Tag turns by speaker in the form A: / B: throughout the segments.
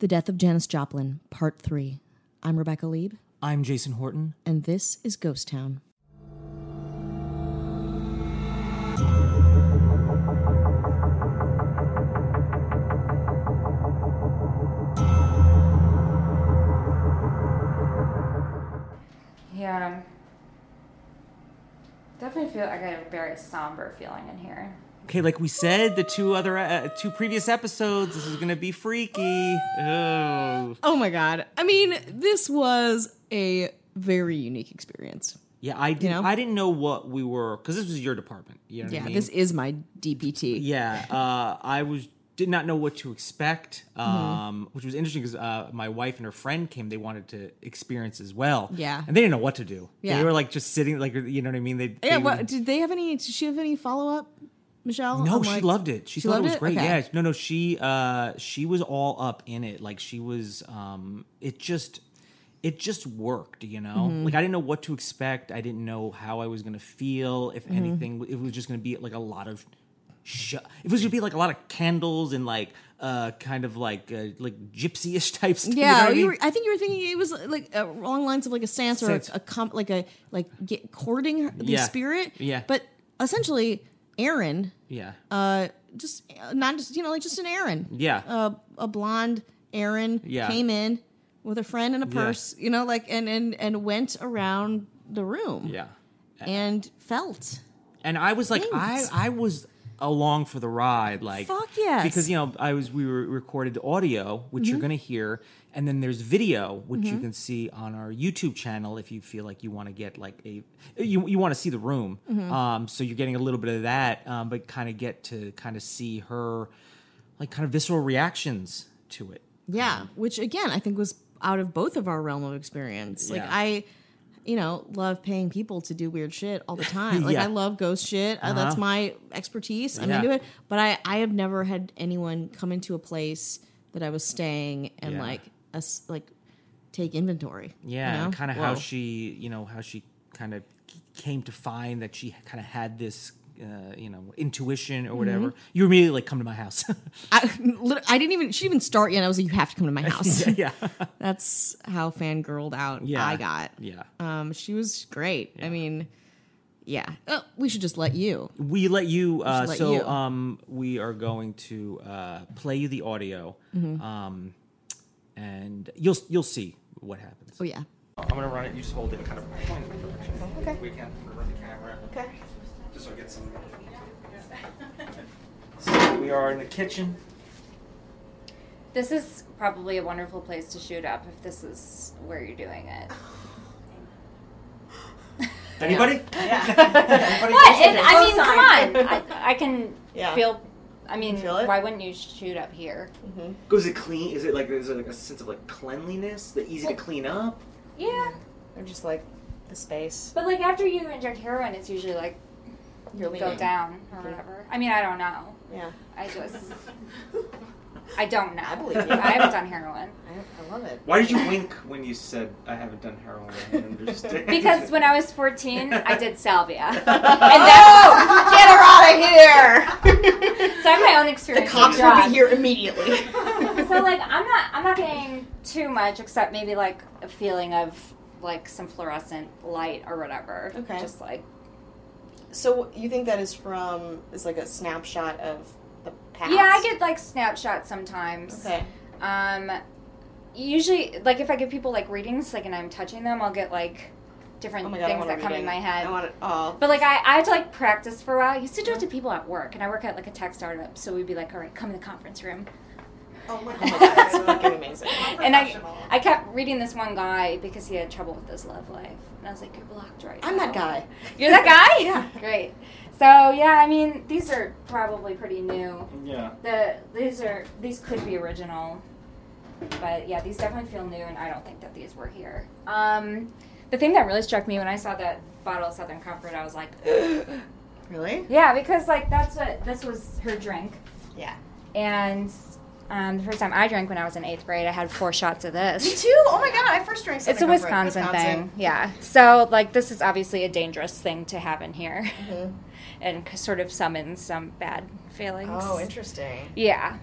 A: The Death of Janis Joplin, Part 3. I'm Rebecca Lieb,
B: I'm Jason Horton.
A: and this is Ghost Town.
C: Yeah. Definitely feel like I got a very somber feeling in here.
B: Okay, like we said, the two other uh, two previous episodes, this is gonna be freaky. Oh,
A: Oh my god. I mean, this was a very unique experience.
B: yeah. I didn't.
A: know?
B: I didn't know what we were because this was your department. You know what I
A: Yeah,
B: mean?
A: this is my DPT.
B: Yeah, uh, I was did not know what to expect,
A: Mm-hmm.
B: um, which was interesting because uh, my wife and her friend came. They wanted to experience as well.
A: Yeah.
B: and they didn't know what to do.
A: Yeah.
B: they were like just sitting, like you know what I mean. They
A: Yeah,
B: they
A: what,
B: would-
A: did they have any? Did she have any follow up, Michelle?
B: no,
A: on,
B: she
A: like-
B: loved it. She,
A: she
B: thought
A: loved
B: it was
A: it?
B: great.
A: Okay.
B: Yeah, no, no, she uh, she was all up in it. Like she was, um, it just. It just worked, you know.
A: Mm-hmm.
B: Like I didn't know what to expect. I didn't know how I was gonna feel.
A: Mm-hmm.
B: If anything, it was just gonna be like a lot of sh- it was gonna be like a lot of candles and like uh kind of like uh, like gypsy-ish type stuff. you know
A: Yeah,
B: what I
A: you
B: mean?
A: were, I think you were thinking it was like uh, along lines of like a seance or a,
B: Seance.
A: a comp, like a like get, courting her, the
B: Yeah.
A: spirit.
B: Yeah.
A: but essentially, Aaron,
B: yeah,
A: uh, just uh, not just you know like just an Aaron.
B: yeah,
A: a, a blonde Aaron
B: Yeah.
A: came in with a friend and a
B: Yeah.
A: purse, you know, like and and and went around the room
B: yeah.
A: and felt.
B: and I was like, I,
A: Thanks.
B: I was along for the ride, like
A: Fuck yes. Mm-hmm.
B: because you know I was we were recorded audio, which you're gonna hear, and then there's video, which you can see on our YouTube channel if you feel like you want to get like a you you want to see the room,
A: Mm-hmm.
B: um, so you're getting a little bit of that, um, but kind of get to kind of see her like kind of visceral reactions to it.
A: Yeah, which again I think was out of both of our realm of experience. Like
B: Yeah.
A: I you know, love paying people to do weird shit all the time. Like
B: Yeah. Uh-huh.
A: I love ghost shit. I- that's my expertise. I'm
B: Yeah.
A: into it. But I I have never had anyone come into a place that I was staying and
B: Yeah.
A: like us like take inventory. you
B: Yeah,
A: know?
B: and kind of how
A: Whoa.
B: she, you know, how she kind of came to find that she kind of had this, uh, you know, intuition or whatever.
A: Mm-hmm.
B: You immediately like come to my house.
A: I, lit- I didn't even. She didn't even start yet. and I was like, "You have to come to my house."
B: yeah,
A: That's how fangirled out
B: yeah,
A: I got.
B: Yeah,
A: Um, she was great. I mean, yeah. Oh, we should just let you.
B: we let you. Uh,
A: should let
B: so
A: you.
B: um, we are going to uh, play you the audio,
A: Mm-hmm.
B: um, and you'll you'll see what happens.
A: Oh yeah.
D: I'm gonna run it. You just hold it, kind of point in my direction. Okay. We can run the camera. Okay. Just so I get some. so we are in the kitchen.
C: This is probably a wonderful place to shoot up if this is where you're doing it.
B: Anybody?
D: Anybody
C: What? And, I
E: Oh,
C: mean, come on. I, I can
E: Yeah.
C: feel. I mean,
E: feel it?
C: why wouldn't you shoot up here?
D: go- Is it clean? Is it like is it like a sense of like cleanliness? That easy to clean up?
C: Yeah,
E: Or just like the space.
C: but like after you inject heroin, it's usually like
E: You're
C: go
E: leaning.
C: down or whatever. I mean, I don't know.
E: Yeah.
C: I just, I don't know.
E: I believe you.
C: I haven't done heroin.
E: I, I love it.
D: Why did you wink when you said I haven't done heroin? I don't understand.
C: Because when I was 14, I did salvia. And that's,
E: Oh! Get her out of here!
C: so I have my own experience.
E: the cops
C: with
E: will
C: drugs.
E: be here immediately.
C: So like I'm not I'm not getting too much except maybe like a feeling of like some fluorescent light or whatever.
E: Okay.
C: Just like
E: so you think that is from is like a snapshot of the past?
C: Yeah, I get like snapshots sometimes.
E: Okay.
C: Um usually like if I give people like readings like and I'm touching them, I'll get like different
E: Oh my god, I
C: things
E: want
C: that
E: a
C: come in
E: reading.
C: my head.
E: I want it all.
C: But like I, I had to like practice for a while. I used to do it to people at work, and I work at like a tech startup, so we'd be like, "All right, come in the conference room,"
F: Oh my
E: Oh my god,
F: god,
E: that's fucking amazing.
C: and I I kept reading this one guy because he had trouble with his love life, and I was like, "You're blocked right
E: I'm
C: now."
E: that guy.
C: You're that guy?
E: Yeah.
C: Great. So yeah, I mean, these are probably pretty new.
D: yeah.
C: The these are these could be original, but yeah, these definitely feel new, and I don't think that these were here. Um, the thing that really struck me when I saw that bottle of Southern Comfort, I was like,
E: Really?
C: yeah, because like that's what this was her drink,
E: Yeah.
C: and um, the first time I drank when I was in eighth grade, I had four shots of
E: Me
C: this.
E: too. Oh my god, I first drank
C: It's a
E: something over at
C: Wisconsin, thing, yeah. So like this is obviously a dangerous thing to have in here.
E: Mhm.
C: and c- sort of summons some bad feelings.
G: Oh,
E: Oh, interesting.
C: yeah.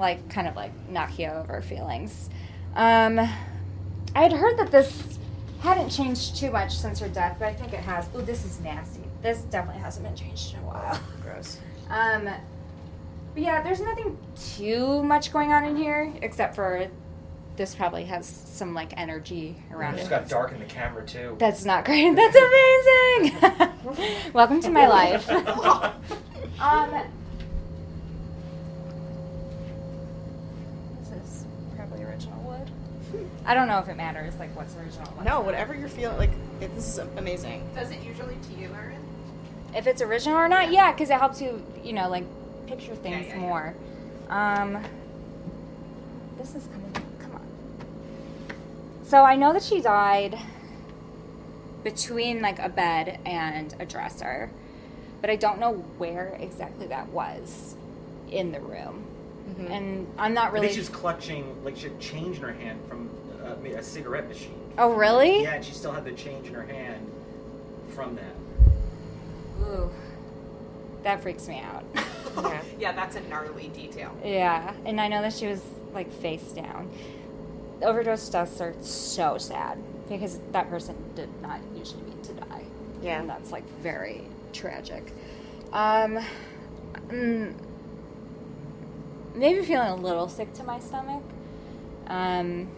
C: like kind of like knock you over feelings. Um, I had heard that this hadn't changed too much since her death, but I think it has. Ooh, this is nasty. This definitely hasn't been changed in a while.
G: Gross.
C: Um, but yeah, there's nothing too much going on in here except for this probably has some like energy around
B: It
C: it.
B: just got dark in the camera too.
C: That's not great. That's amazing. Welcome to my life. um, this is probably original wood. I don't know if it matters, like what's original. What's
G: No, Oh,
C: not.
G: whatever you're feeling, like it, this is amazing.
E: Does it usually to you, Erin?
C: If it's original or not, yeah, because it helps you, you know, like picture things
E: yeah, yeah.
C: more. Um, this is coming. Come on. So I know that she died between like a bed and a dresser, but I don't know where exactly that was in the room,
E: Mm-hmm.
C: and I'm not
B: I
C: really.
B: think she's clutching like she had change in her hand from uh, ma- a cigarette machine.
C: oh really?
B: Yeah, and she still had the change in her hand from that.
C: Ooh, that freaks me out.
G: Yeah.
E: yeah, that's a gnarly detail.
C: Yeah, and I know that she was like face down. Overdose deaths are so sad because that person did not usually mean to die.
G: Yeah.
C: and that's like very tragic. Um, mm, maybe feeling a little sick to my stomach. Um,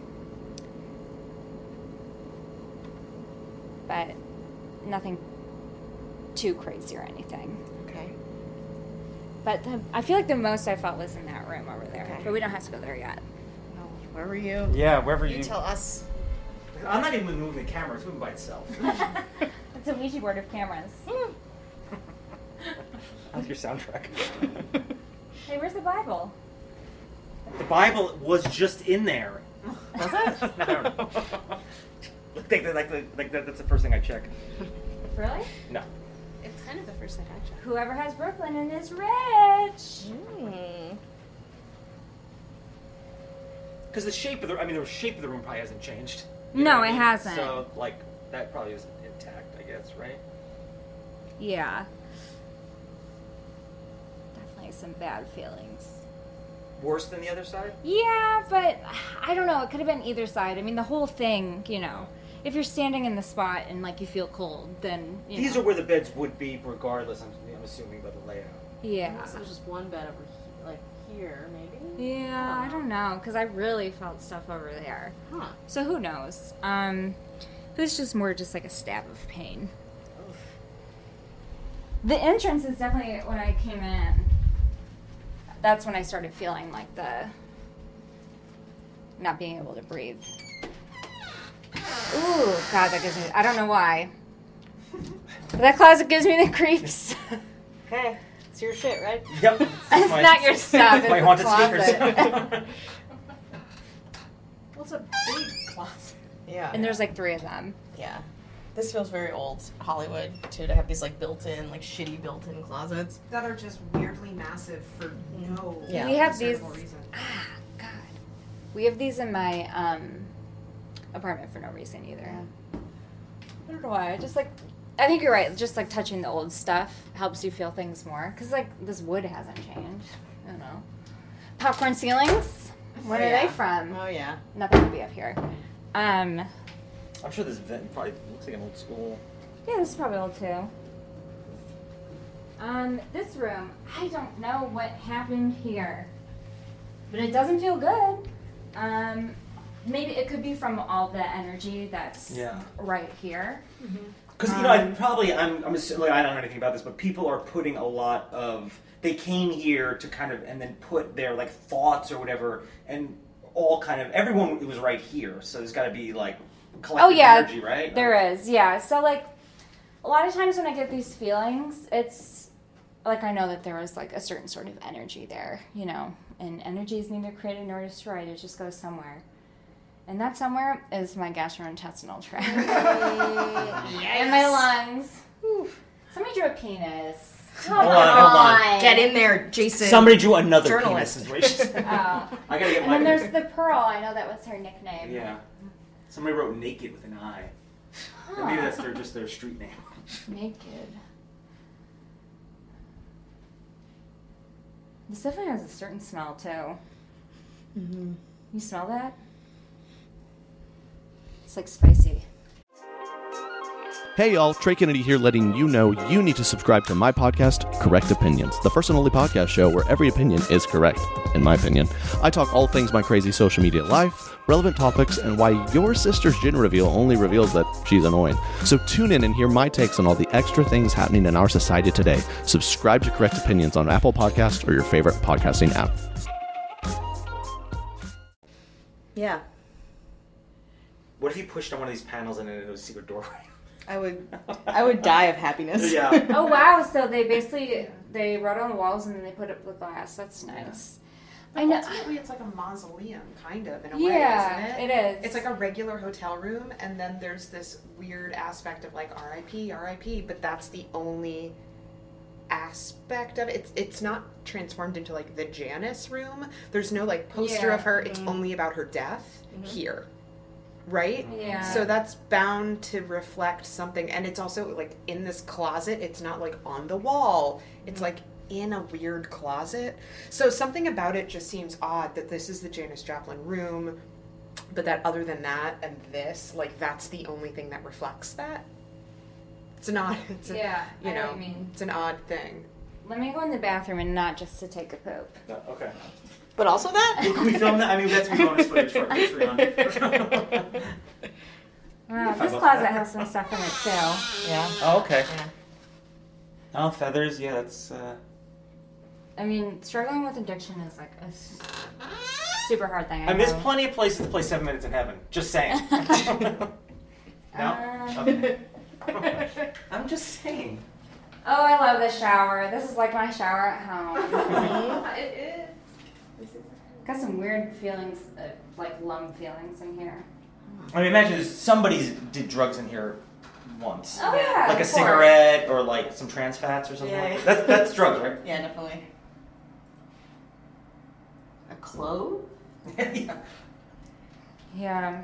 C: but nothing too crazy or anything.
G: Okay.
C: But the, I feel like the most I felt was in that room over there.
G: Okay.
C: But we don't have to go there yet.
G: Well, where were you?
B: Yeah, wherever
G: You tell us.
B: I'm not even moving the camera; it's moving by itself.
C: It's a Ouija board of cameras.
B: That's your soundtrack.
C: Hey, where's the Bible?
B: the Bible was just in there.
G: Was it?
B: I don't know. like, that- like, that- like that, that's the first thing I check.
C: Really?
B: No.
E: It's kind of the first thing I check.
C: Whoever has Brooklyn and is rich.
B: Mm-hmm.
G: Hmm.
B: Because the shape of the, I mean, the shape of the room probably hasn't changed.
C: No,
B: what I
C: it
B: mean?
C: hasn't.
B: So, like, that probably is intact, I guess, right?
C: Yeah. Definitely some bad feelings.
B: Worse than the other side?
C: Yeah, but I don't know. It could have been either side. I mean, the whole thing, you know. If you're standing in the spot and like you feel cold, then you
B: These
C: know.
B: are where the beds would be, regardless, I'm, I'm assuming, by the layout.
C: yeah.
H: There's just one bed over he- like here, maybe.
C: Yeah, I don't know because I really felt stuff over there.
H: Huh.
C: So who knows? Um, this is just more just like a stab of pain. The entrance is definitely when I came in. That's when I started feeling like the not being able to breathe. Ooh, God, that gives me. I don't know why. But that closet gives me the creeps.
G: Okay. It's your shit, right?
B: Yep.
C: it's not your stuff. It's
B: my
C: the
B: haunted
C: closet.
B: sneakers.
H: Well, it's a big closet.
G: Yeah.
C: and there's like three of them.
G: yeah. This feels very old Hollywood too to have these like built-in, like shitty built-in closets.
E: That are just weirdly massive for no
G: Yeah.
C: We have these-
E: discernible reason.
C: God. We have these in my um, apartment for no reason either. I don't know why. I just like. I think you're right. Just like touching the old stuff helps you feel things more. Cause like this wood hasn't changed. I don't know. Popcorn ceilings. Where
G: Oh,
C: are
G: yeah.
C: they from?
G: Oh yeah.
C: Nothing would be up here. Um.
B: I'm sure this vent probably looks like an old school.
C: Yeah, this is probably old too. Um, this room, I don't know what happened here, but it doesn't feel good. Um, maybe it could be from all the energy that's
B: Yeah.
C: right here.
B: Because you know, I
C: Um,
B: probably I'm I'm assu- like I don't know anything about this, but people are putting a lot of they came here to kind of and then put their like thoughts or whatever and all kind of everyone was right here, so there's got to be like collective
C: Oh, yeah.
B: energy, right?
C: There is, yeah. So like, a lot of times when I get these feelings, it's like I know that there is like a certain sort of energy there, you know, and energy is neither created nor destroyed. It just goes somewhere, and that somewhere is my gastrointestinal tract and my lungs. Somebody drew a penis. Come
B: Hold on, hold on.
G: Get in there, Jason.
I: Somebody drew another
G: Journalist.
I: penis. is what
C: Oh.
I: she-
B: I gotta get
C: And then there's
B: my
C: the pearl. I know that was her nickname.
B: yeah. Somebody wrote naked with an eye. Or Maybe that's their just their street name.
C: Naked. This definitely has a certain smell too. You smell that? It's like spicy.
J: Hey y'all, Trey Kennedy here letting you know you need to subscribe to my podcast, Correct Opinions, the first and only podcast show where every opinion is correct, in my opinion. I talk all things my crazy social media life, relevant topics, and why your sister's gin reveal only reveals that she's annoying. So tune in and hear my takes on all the extra things happening in our society today. Subscribe to Correct Opinions on Apple Podcasts or your favorite podcasting app.
G: Yeah,
B: What if you pushed on one of these panels and it was a secret doorway?
G: I would. I would die of happiness.
B: Yeah.
C: Oh wow! So they basically they wrote on the walls and then they put up the glass. That's nice. I know.
E: Ultimately, it's like a mausoleum, kind of, in a way,
C: Yeah,
E: isn't it?
C: it is.
E: It's like a regular hotel room, and then there's this weird aspect of like RIP, RIP, but that's the only aspect of it. It's, it's not transformed into like the Janice room. There's no like poster
C: Yeah. mm-hmm.
E: of her. It's only about her death here, right?
C: Yeah.
E: So that's bound to reflect something, and it's also like in this closet. It's not like on the
C: Mm.
E: wall. It's like in a weird closet. So something about it just seems odd that this is the Janice Joplin room, but that other than that and this, like that's the only thing that reflects that. It's not. It's a,
C: Yeah,
E: You
C: I know
E: know,
C: what you mean.
E: it's an odd thing.
C: Let me go in the bathroom and not just to take a poop.
B: No, Uh, okay.
G: But also that.
B: Can we film that? I mean, that's bonus footage for Patreon.
C: Wow,
B: If I
C: this
B: look
C: closet
B: back.
C: has some stuff in it too.
G: Yeah.
B: oh, okay.
G: Yeah.
B: Oh, feathers. Yeah, that's. Uh...
C: I mean, struggling with addiction is like a s- super hard thing.
B: I miss
C: know.
B: plenty of places to play Seven Minutes in Heaven. Just saying. no.
C: Um,
B: Okay. I'm just saying.
C: Oh, I love this shower. This is like my shower at home.
H: It
C: Got some weird feelings, uh, like lung feelings in here.
B: I mean, imagine there's- somebody's did drugs in here once,
C: Oh yeah,
B: like a
C: of course.
B: cigarette or like some trans fats or something.
G: Yeah, yeah.
B: That's that's drugs, right?
G: Yeah, definitely.
H: A clove?
B: yeah.
C: Yeah.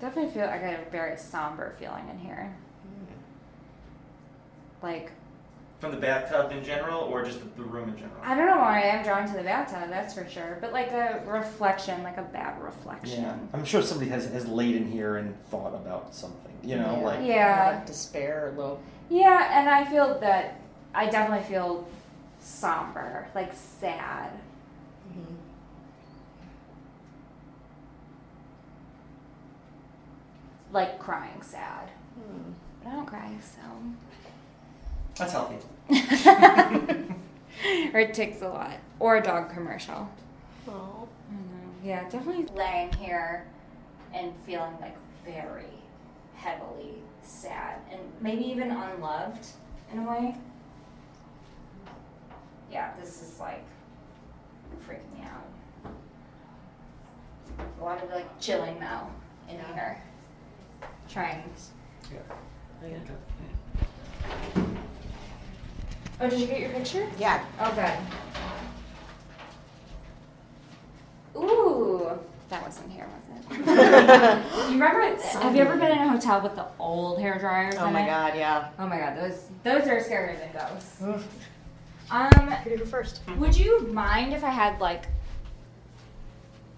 C: Definitely feel I got a very somber feeling in here. Like
B: From the bathtub in general, or just the, the room in general.
C: I don't know why I am drawn to the bathtub, that's for sure. But like a reflection, like a bad reflection.
B: Yeah, I'm sure somebody has has laid in here and thought about something. You know,
G: Yeah.
B: like
C: Yeah.
G: Like despair, a little.
C: Yeah, and I feel that I definitely feel somber, like sad. Like crying sad. But I don't cry,
B: that's healthy.
C: so. or it takes a lot. Or a dog commercial.
G: Oh.
C: Yeah, definitely laying here and feeling like very heavily sad and maybe even unloved in a way. Yeah, this is like freaking me out. A lot of like chilling though in here. Trying. Oh, did you get your picture?
G: Yeah.
C: Okay. Ooh, that wasn't here, was it? You remember? Have you ever been in a hotel with the old hair dryers?
G: Oh
C: in
G: my
C: it?
G: god, yeah.
C: Oh my god, those those are scarier than ghosts. um,
G: Could go first.
C: would you mind if I had like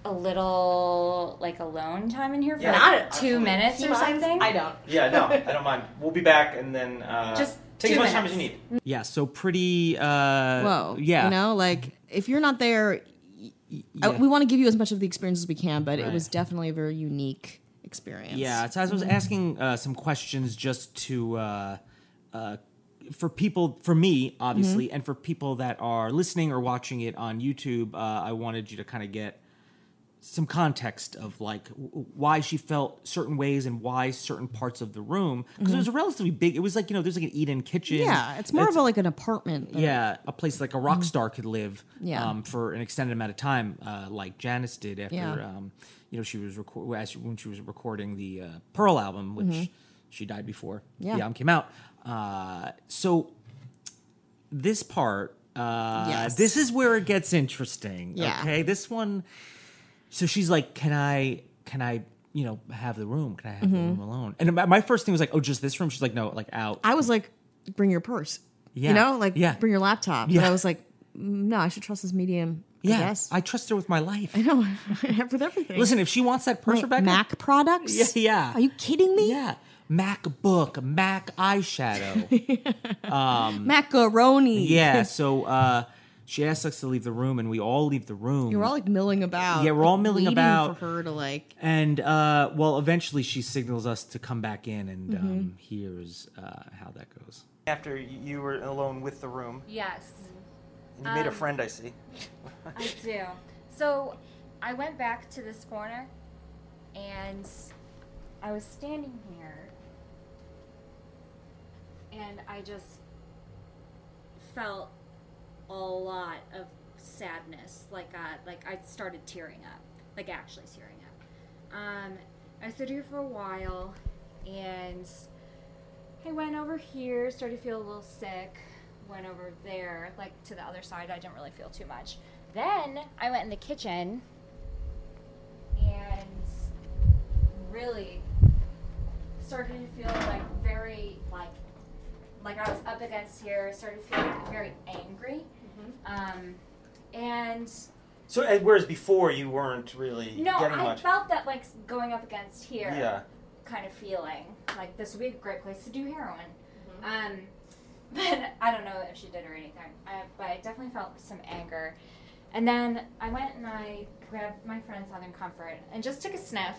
C: a little like alone time in here for
B: Yeah,
C: like,
B: Not
C: two
B: absolutely.
C: minutes or something?
G: I don't.
B: Yeah, no, I don't mind. We'll be back, and then uh,
C: Just
B: take as
C: two
B: much time as you
C: minutes.
B: need.
I: Yeah, so pretty. Uh,
A: Whoa.
I: Yeah.
A: You know, like if you're not there, y- y- I-
I: Yeah.
A: we want to give you as much of the experience as we can, but it
I: Right.
A: was definitely a very unique experience.
I: Yeah, so I was asking uh, some questions just to uh, uh, for people, for me, obviously,
A: Mm-hmm.
I: and for people that are listening or watching it on YouTube. Uh, I wanted you to kind of get some context of like w- w- why she felt certain ways and why certain parts of the room because
A: Mm-hmm.
I: it was a relatively big. It was like you know, there's like an eat-in kitchen.
A: Yeah, it's more of a like an apartment. than-
I: yeah, a place like a rock star could live
A: Mm-hmm. Yeah.
I: um, for an extended amount of time, uh, like Janice did after
A: Yeah.
I: um, you know she was record as she, when she was recording the uh, Pearl album, which she died before
A: Mm-hmm. Yeah.
I: the album came out. Uh, so this part, uh,
A: Yes.
I: this is where it gets interesting.
A: Yeah.
I: Okay, this one. So she's like, "Can I? Can I?" You know, have the room. Can I have the room alone? And my- my first thing was like, oh, just this room. She's like, no, like out.
A: Mm-hmm. I was like, bring your purse.
I: Yeah.
A: You know, like
I: Yeah.
A: bring your laptop. But
I: Yeah.
A: I was like, mm, no, I should trust this medium.
I: Yeah,
A: guess.
I: I trust her with my life.
A: No, with everything.
I: Listen, if she wants that purse,
A: Wait,
I: Rebecca,
A: Mac products?
I: Yeah, yeah.
A: Are you kidding me?
I: yeah, MacBook, Mac eyeshadow.
A: Macaroni.
I: Yeah, so uh, she asks us to leave the room, and we all leave the room.
A: You're all like milling about.
I: Yeah, we're all
A: like,
I: milling
A: waiting
I: about.
A: for her to like.
I: and uh, well, eventually she signals us to come back in, and
A: Mm-hmm.
I: um, here's uh, how that goes.
K: After y- you were alone with the room,
C: Yes,
K: and you made a
C: Um,
K: friend, I see.
C: I do. So I went back to this corner and I was standing here and I just felt a lot of sadness. Like I, like I started tearing up, like actually tearing up. Um, I stood here for a while and I went over here, started to feel a little sick, went over there, like to the other side. I didn't really feel too much. Then I went in the kitchen and really started to feel like very like like I was up against here, started feeling very angry. Um, and
K: So, uh, whereas before you weren't really
C: no,
K: getting
C: I
K: much.
C: felt that like going up against here
K: Yeah.
C: kind of feeling. Like this would be a great place to do heroin. Um, but I don't know if she did or anything. I, but I definitely felt some anger. And then I went and I grabbed my friend Southern Comfort and just took a sniff.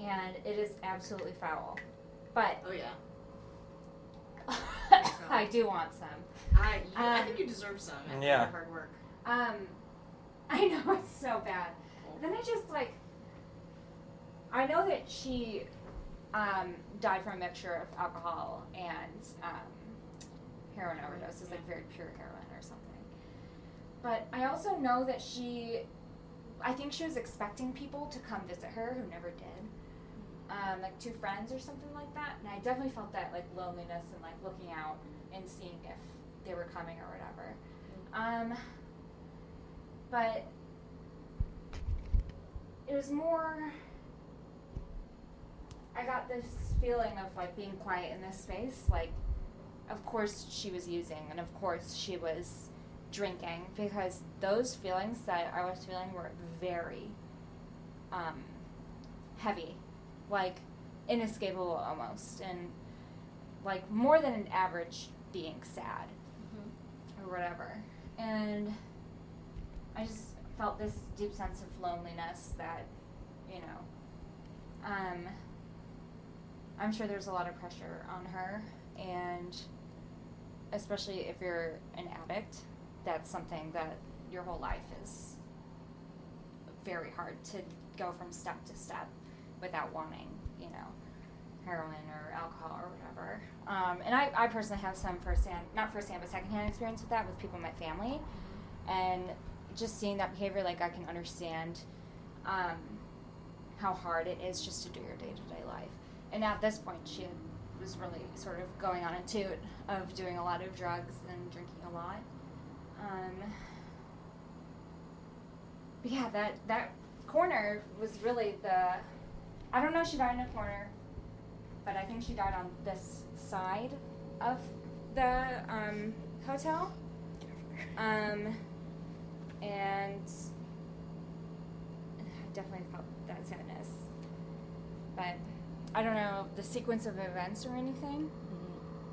C: And it is absolutely foul. But
H: Oh yeah.
C: I do want some.
H: I, you, I
C: Um,
H: think you deserve some. after
K: Yeah.
H: your Hard work.
C: Um, I know it's so bad. Then I just like, I know that she um, died from a mixture of alcohol and um, heroin overdoses, like very pure heroin or something. But I also know that she, I think she was expecting people to come visit her who never did. Um, like two friends or something like that, and I definitely felt that like loneliness and like looking out and seeing if they were coming or whatever. Um, but it was more i got this feeling of like being quiet in this space like of course she was using and of course she was drinking because those feelings that i was feeling were very um, heavy like inescapable almost and like more than an average being sad or whatever and I just felt this deep sense of loneliness that, you know, um, I'm sure there's a lot of pressure on her, and especially if you're an addict, that's something that your whole life is very hard to go from step to step without wanting, you know, heroin or alcohol or whatever. Um, and I, I personally have some firsthand, not firsthand, but secondhand experience with that with people in my family and just seeing that behavior like i can understand um, how hard it is just to do your day-to-day life and at this point she had, was really sort of going on a toot of doing a lot of drugs and drinking a lot um, but yeah that that corner was really the i don't know if she died in a corner but i think she died on this side of the um, hotel um, and I definitely felt that sadness. But I don't know the sequence of events or anything,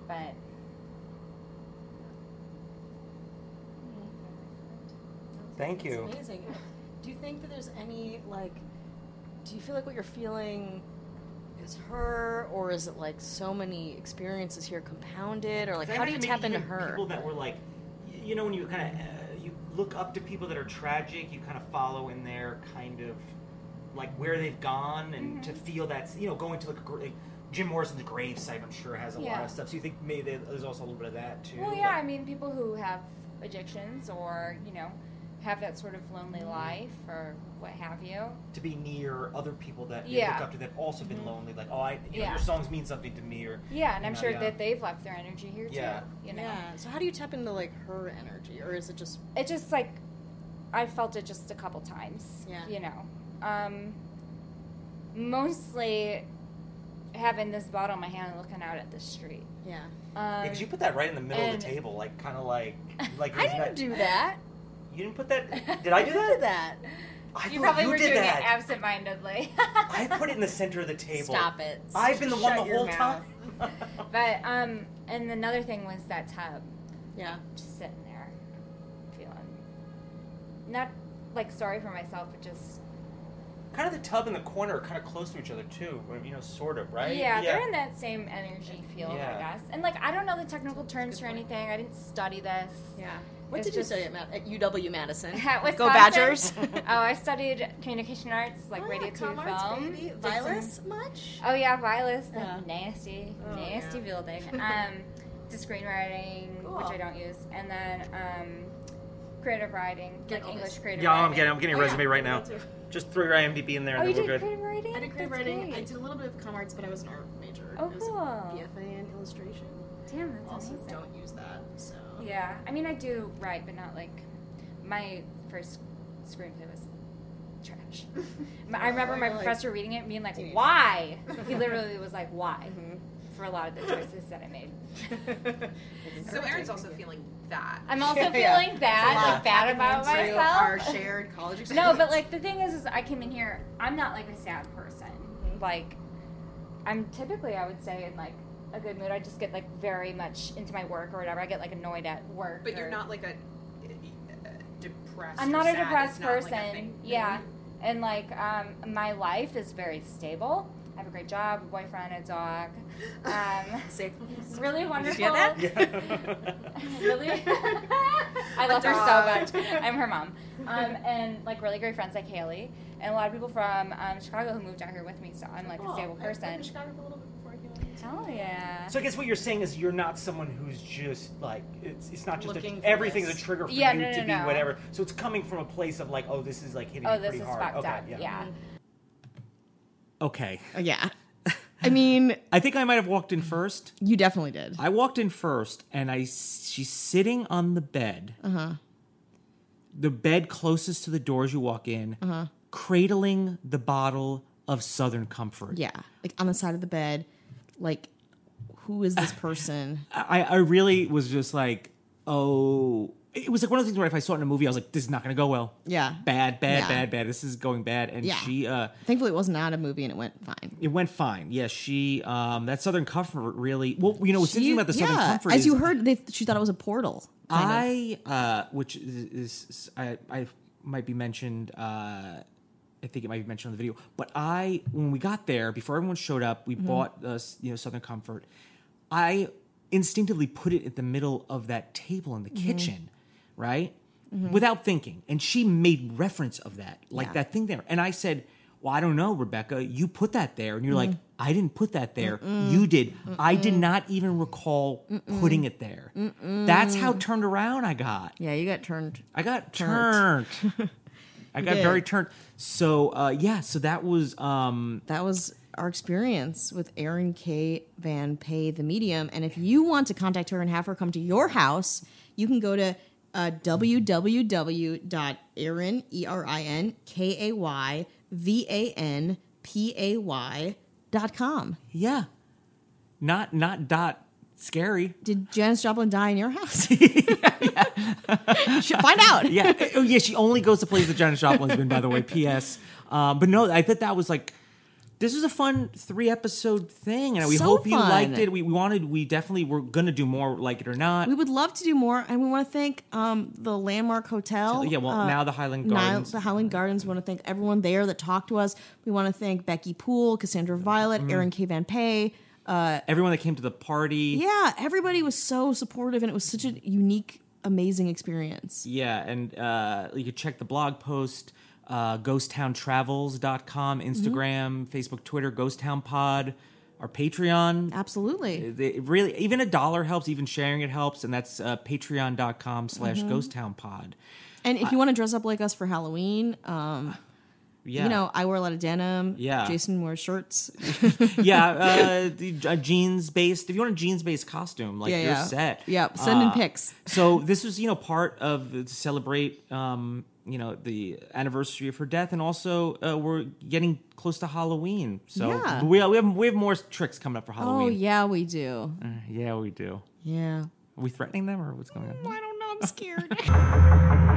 C: but.
K: Thank you.
H: It's amazing. Do you think that there's any like? Do you feel like what you're feeling is her, or is it like so many experiences here compounded, or like
K: Because I
H: how do you
K: imagine
H: tap
K: maybe
H: into
K: even
H: her?
K: People that were like, y- you know, when you kind of uh, you look up to people that are tragic, you kind of follow in their kind of like where they've gone, and to
H: Mm-hmm.
K: feel that's you know going to like, a gr- like Jim Morrison's gravesite, I'm sure has a lot
C: Yeah.
K: of stuff. So you think maybe there- there's also a little bit of that too.
C: Well, yeah, I
K: like-
C: mean, people who have addictions or, you know, have that sort of
K: Mm-hmm.
C: lonely life or what have you.
K: to be near other people that you
C: Yeah. Mm-hmm.
K: look up to that have also been lonely. Like, oh, I, you know,
C: Yeah.
K: your songs mean something to me, or
C: Yeah, and I'm
K: Yeah,
C: sure
K: yeah.
C: that they've left their energy here
K: Yeah.
C: too. You know?
G: Yeah. So how do you tap into like her energy, or is it just
C: it just like I felt it just a couple times.
G: Yeah.
C: You know. Um mostly having this bottle in my hand and looking out at the street.
G: yeah?
C: Um,
K: because you put that right in the middle of
C: and-
K: the table, like kind of like like
C: I
K: it's
C: didn't
K: not-
C: do that.
K: You didn't put that. Did I do that?
H: Look at that.
K: I
C: You
K: thought
C: probably
K: you
C: were
K: did
C: doing
K: that.
C: it absentmindedly.
K: I put it in the center of the table.
H: Stop it.
K: I've been the one
E: Shut
K: the
E: your
K: whole
E: mouth.
K: time.
C: but um, and another thing was that tub,
H: Yeah.
C: just sitting there, feeling not like sorry for myself, but just
K: kind of the tub and the corner are kind of close to each other too. You know, sort of, right?
C: Yeah, they're in that same energy field,
K: Yeah.
C: I guess. And like, I don't know the technical terms for anything. I didn't study this.
E: Yeah.
H: What
C: It's
H: did you
C: just-
H: study at, Ma- at UW Madison?
C: At Wisconsin,
A: Go Badgers.
C: oh, I studied communication arts, like
H: Oh,
C: radio,
H: com
C: TV,
H: arts,
C: film.
H: baby.
C: Did some-
H: Vilas much?
C: Oh yeah, Vilas. the
H: Yeah.
C: Nasty,
H: Oh,
C: nasty
H: yeah.
C: building. Um, to screenwriting, which I
H: Cool.
C: don't use, and then um, creative writing,
H: Get
C: like
H: all
C: English
H: this.
C: creative.
K: Yeah, I'm
C: writing.
K: getting, I'm getting a
C: Oh, yeah.
K: resume right now. Just throw your IMDb in there,
C: Oh,
K: and
C: you
K: then we're
C: did
K: good.
C: creative writing.
G: I did creative
C: That's
G: writing.
C: great.
G: I did a little bit of com arts, but I was an art major.
C: Oh,
G: I was a
C: cool.
G: BFA in illustration.
C: Damn, that's
G: Also,
C: amazing.
G: don't use that. So
C: Yeah, I mean, I do write, but not like my first screenplay was trash. My- I remember my
H: Really?
C: professor reading it and being like,
H: Teenager.
C: "Why?" He literally was like, "Why?"
E: Mm-hmm.
C: for a lot of the choices that I made.
L: So Erin's also feeling that.
C: I'm also
E: Yeah, yeah.
C: feeling bad, like bad about
E: Happening to Our
C: myself.
E: shared college
C: No,
E: experience.
C: but like the thing is, is I came in here. I'm not like a sad person.
E: Mm-hmm.
C: Like, I'm typically, I would say, in like a good mood. I just get like very much into my work or whatever. I get like annoyed at work.
L: But you're
C: or-
L: not like a, a depressed.
C: I'm
L: or
C: not a
L: sad. It's
C: depressed
L: not, like,
C: person.
L: a thing.
C: yeah. And like um, my life is very stable. I have a great job, a boyfriend, a dog. Um,
H: Sick.
C: it's really wonderful.
H: that?
C: really, I love her
E: dog.
C: so much. I'm her mom, um, and like really great friends like Haley and a lot of people from um, Chicago who moved out here with me. So I'm like a
G: Oh,
C: stable person.
G: Chicago for a little bit before I came out here.
C: Hell yeah.
K: So I guess what you're saying is you're not someone who's just like it's it's not just
G: Looking
K: a,
G: for
K: everything's
G: this.
K: a trigger for
C: Yeah,
K: you
C: no, no,
K: to be
C: no.
K: whatever. So it's coming from a place of like, oh, this is like hitting
C: oh,
K: me
C: this
K: pretty
C: is
K: hard.
C: fucked
K: okay,
C: up.
K: yeah.
C: yeah.
I: Okay.
A: yeah. I mean,
I: I think I might have walked in first.
A: you definitely did.
I: I walked in first, and I she's sitting on the bed. Uh
C: Uh-huh.
I: huh. The bed closest to the door as you walk in, uh-huh. cradling the bottle of Southern Comfort.
A: Yeah, like on the side of the bed. Like, who is this person?
I: I, I really was just like, oh, it was like one of the things where if I saw it in a movie, I was like, this is not going to go well.
A: Yeah.
I: Bad, bad,
A: Yeah.
I: bad, bad. This is going bad. And
A: Yeah.
I: she, uh,
A: Thankfully, it was not a movie, and it went fine.
I: it went fine. Yeah, she, um, that Southern Comfort really, well, you know, what's
A: You-
I: interesting about the Southern
A: yeah,
I: Comfort
A: as
I: is
A: you heard, they, she thought it was a portal. kind of.
I: I, uh, which is, is, is- I, I might be mentioned. Uh, I think it might be mentioned on the video. But I, when we got there, before everyone showed up, we bought uh, you know Southern Comfort. I instinctively put it at the middle of that table in the kitchen, right, without thinking. And she made reference of that, like that thing there. And I said. Well, I don't know, Rebecca. You put that there, and you're like, I didn't put that there. You did. I did not even recall putting it there. That's how turned around I got.
A: yeah, you got turned.
I: I got
A: Turned.
I: turned. I got
A: did.
I: very turned. So uh, yeah, so that was um,
A: That was our experience with Erin K. Van Pay, the medium. And if you want to contact her and have her come to your house, you can go to uh, www.erin, E R I N K A Y V A N P A Y dot com.
I: yeah, not not dot scary.
A: Did Janice Joplin die in your house? You should find out.
I: Yeah, oh yeah. She only goes to places that Janis Joplin's been, by the way. P.S. Um, but no, I bet that was like this was a fun three episode thing, and we
A: So
I: hope you
A: fun.
I: liked it. We, we wanted, we definitely were gonna do more, like it or not.
A: We would love to do more, and we want to thank um, the Landmark Hotel.
I: yeah, well,
A: uh,
I: now the Highland
A: Nile-
I: Gardens.
A: the Highland Gardens. We want to thank everyone there that talked to us. We want to thank Becky Poole, Cassandra Violet,
I: Mm-hmm.
A: Erin K. Van Pay.
I: Everyone that came to the party.
A: Yeah, everybody was so supportive, and it was such a unique, amazing experience.
I: Yeah, and uh, you could check the blog post, uh, ghosttowntravels.com,
A: Mm-hmm.
I: Instagram, Facebook, Twitter, Ghost Town Pod, our
A: Uh.
I: Patreon.
A: Absolutely.
I: It it really, even a dollar helps, even sharing it helps, and that's uh, patreon.com slash
A: Mm-hmm.
I: ghost town pod.
A: And if you want to dress up like us for Halloween, um,
I: Yeah.
A: you know, I wear a lot of denim.
I: Yeah.
A: Jason wears shirts.
I: yeah, uh, the- uh, jeans based. If you want a jeans based costume, like
A: Yeah,
I: you're
A: yeah.
I: set.
A: Yep, send in
I: Uh,
A: pics.
I: so this was, you know, part of to celebrate, um, you know, the anniversary of her death, and also uh, we're getting close to Halloween. So
A: Yeah.
I: we we have we have more tricks coming up for
A: Oh,
I: Halloween.
A: yeah, we do.
I: yeah. yeah, we do.
A: Yeah.
I: Oh, Are we threatening them or what's going on?
A: I don't know. I'm scared.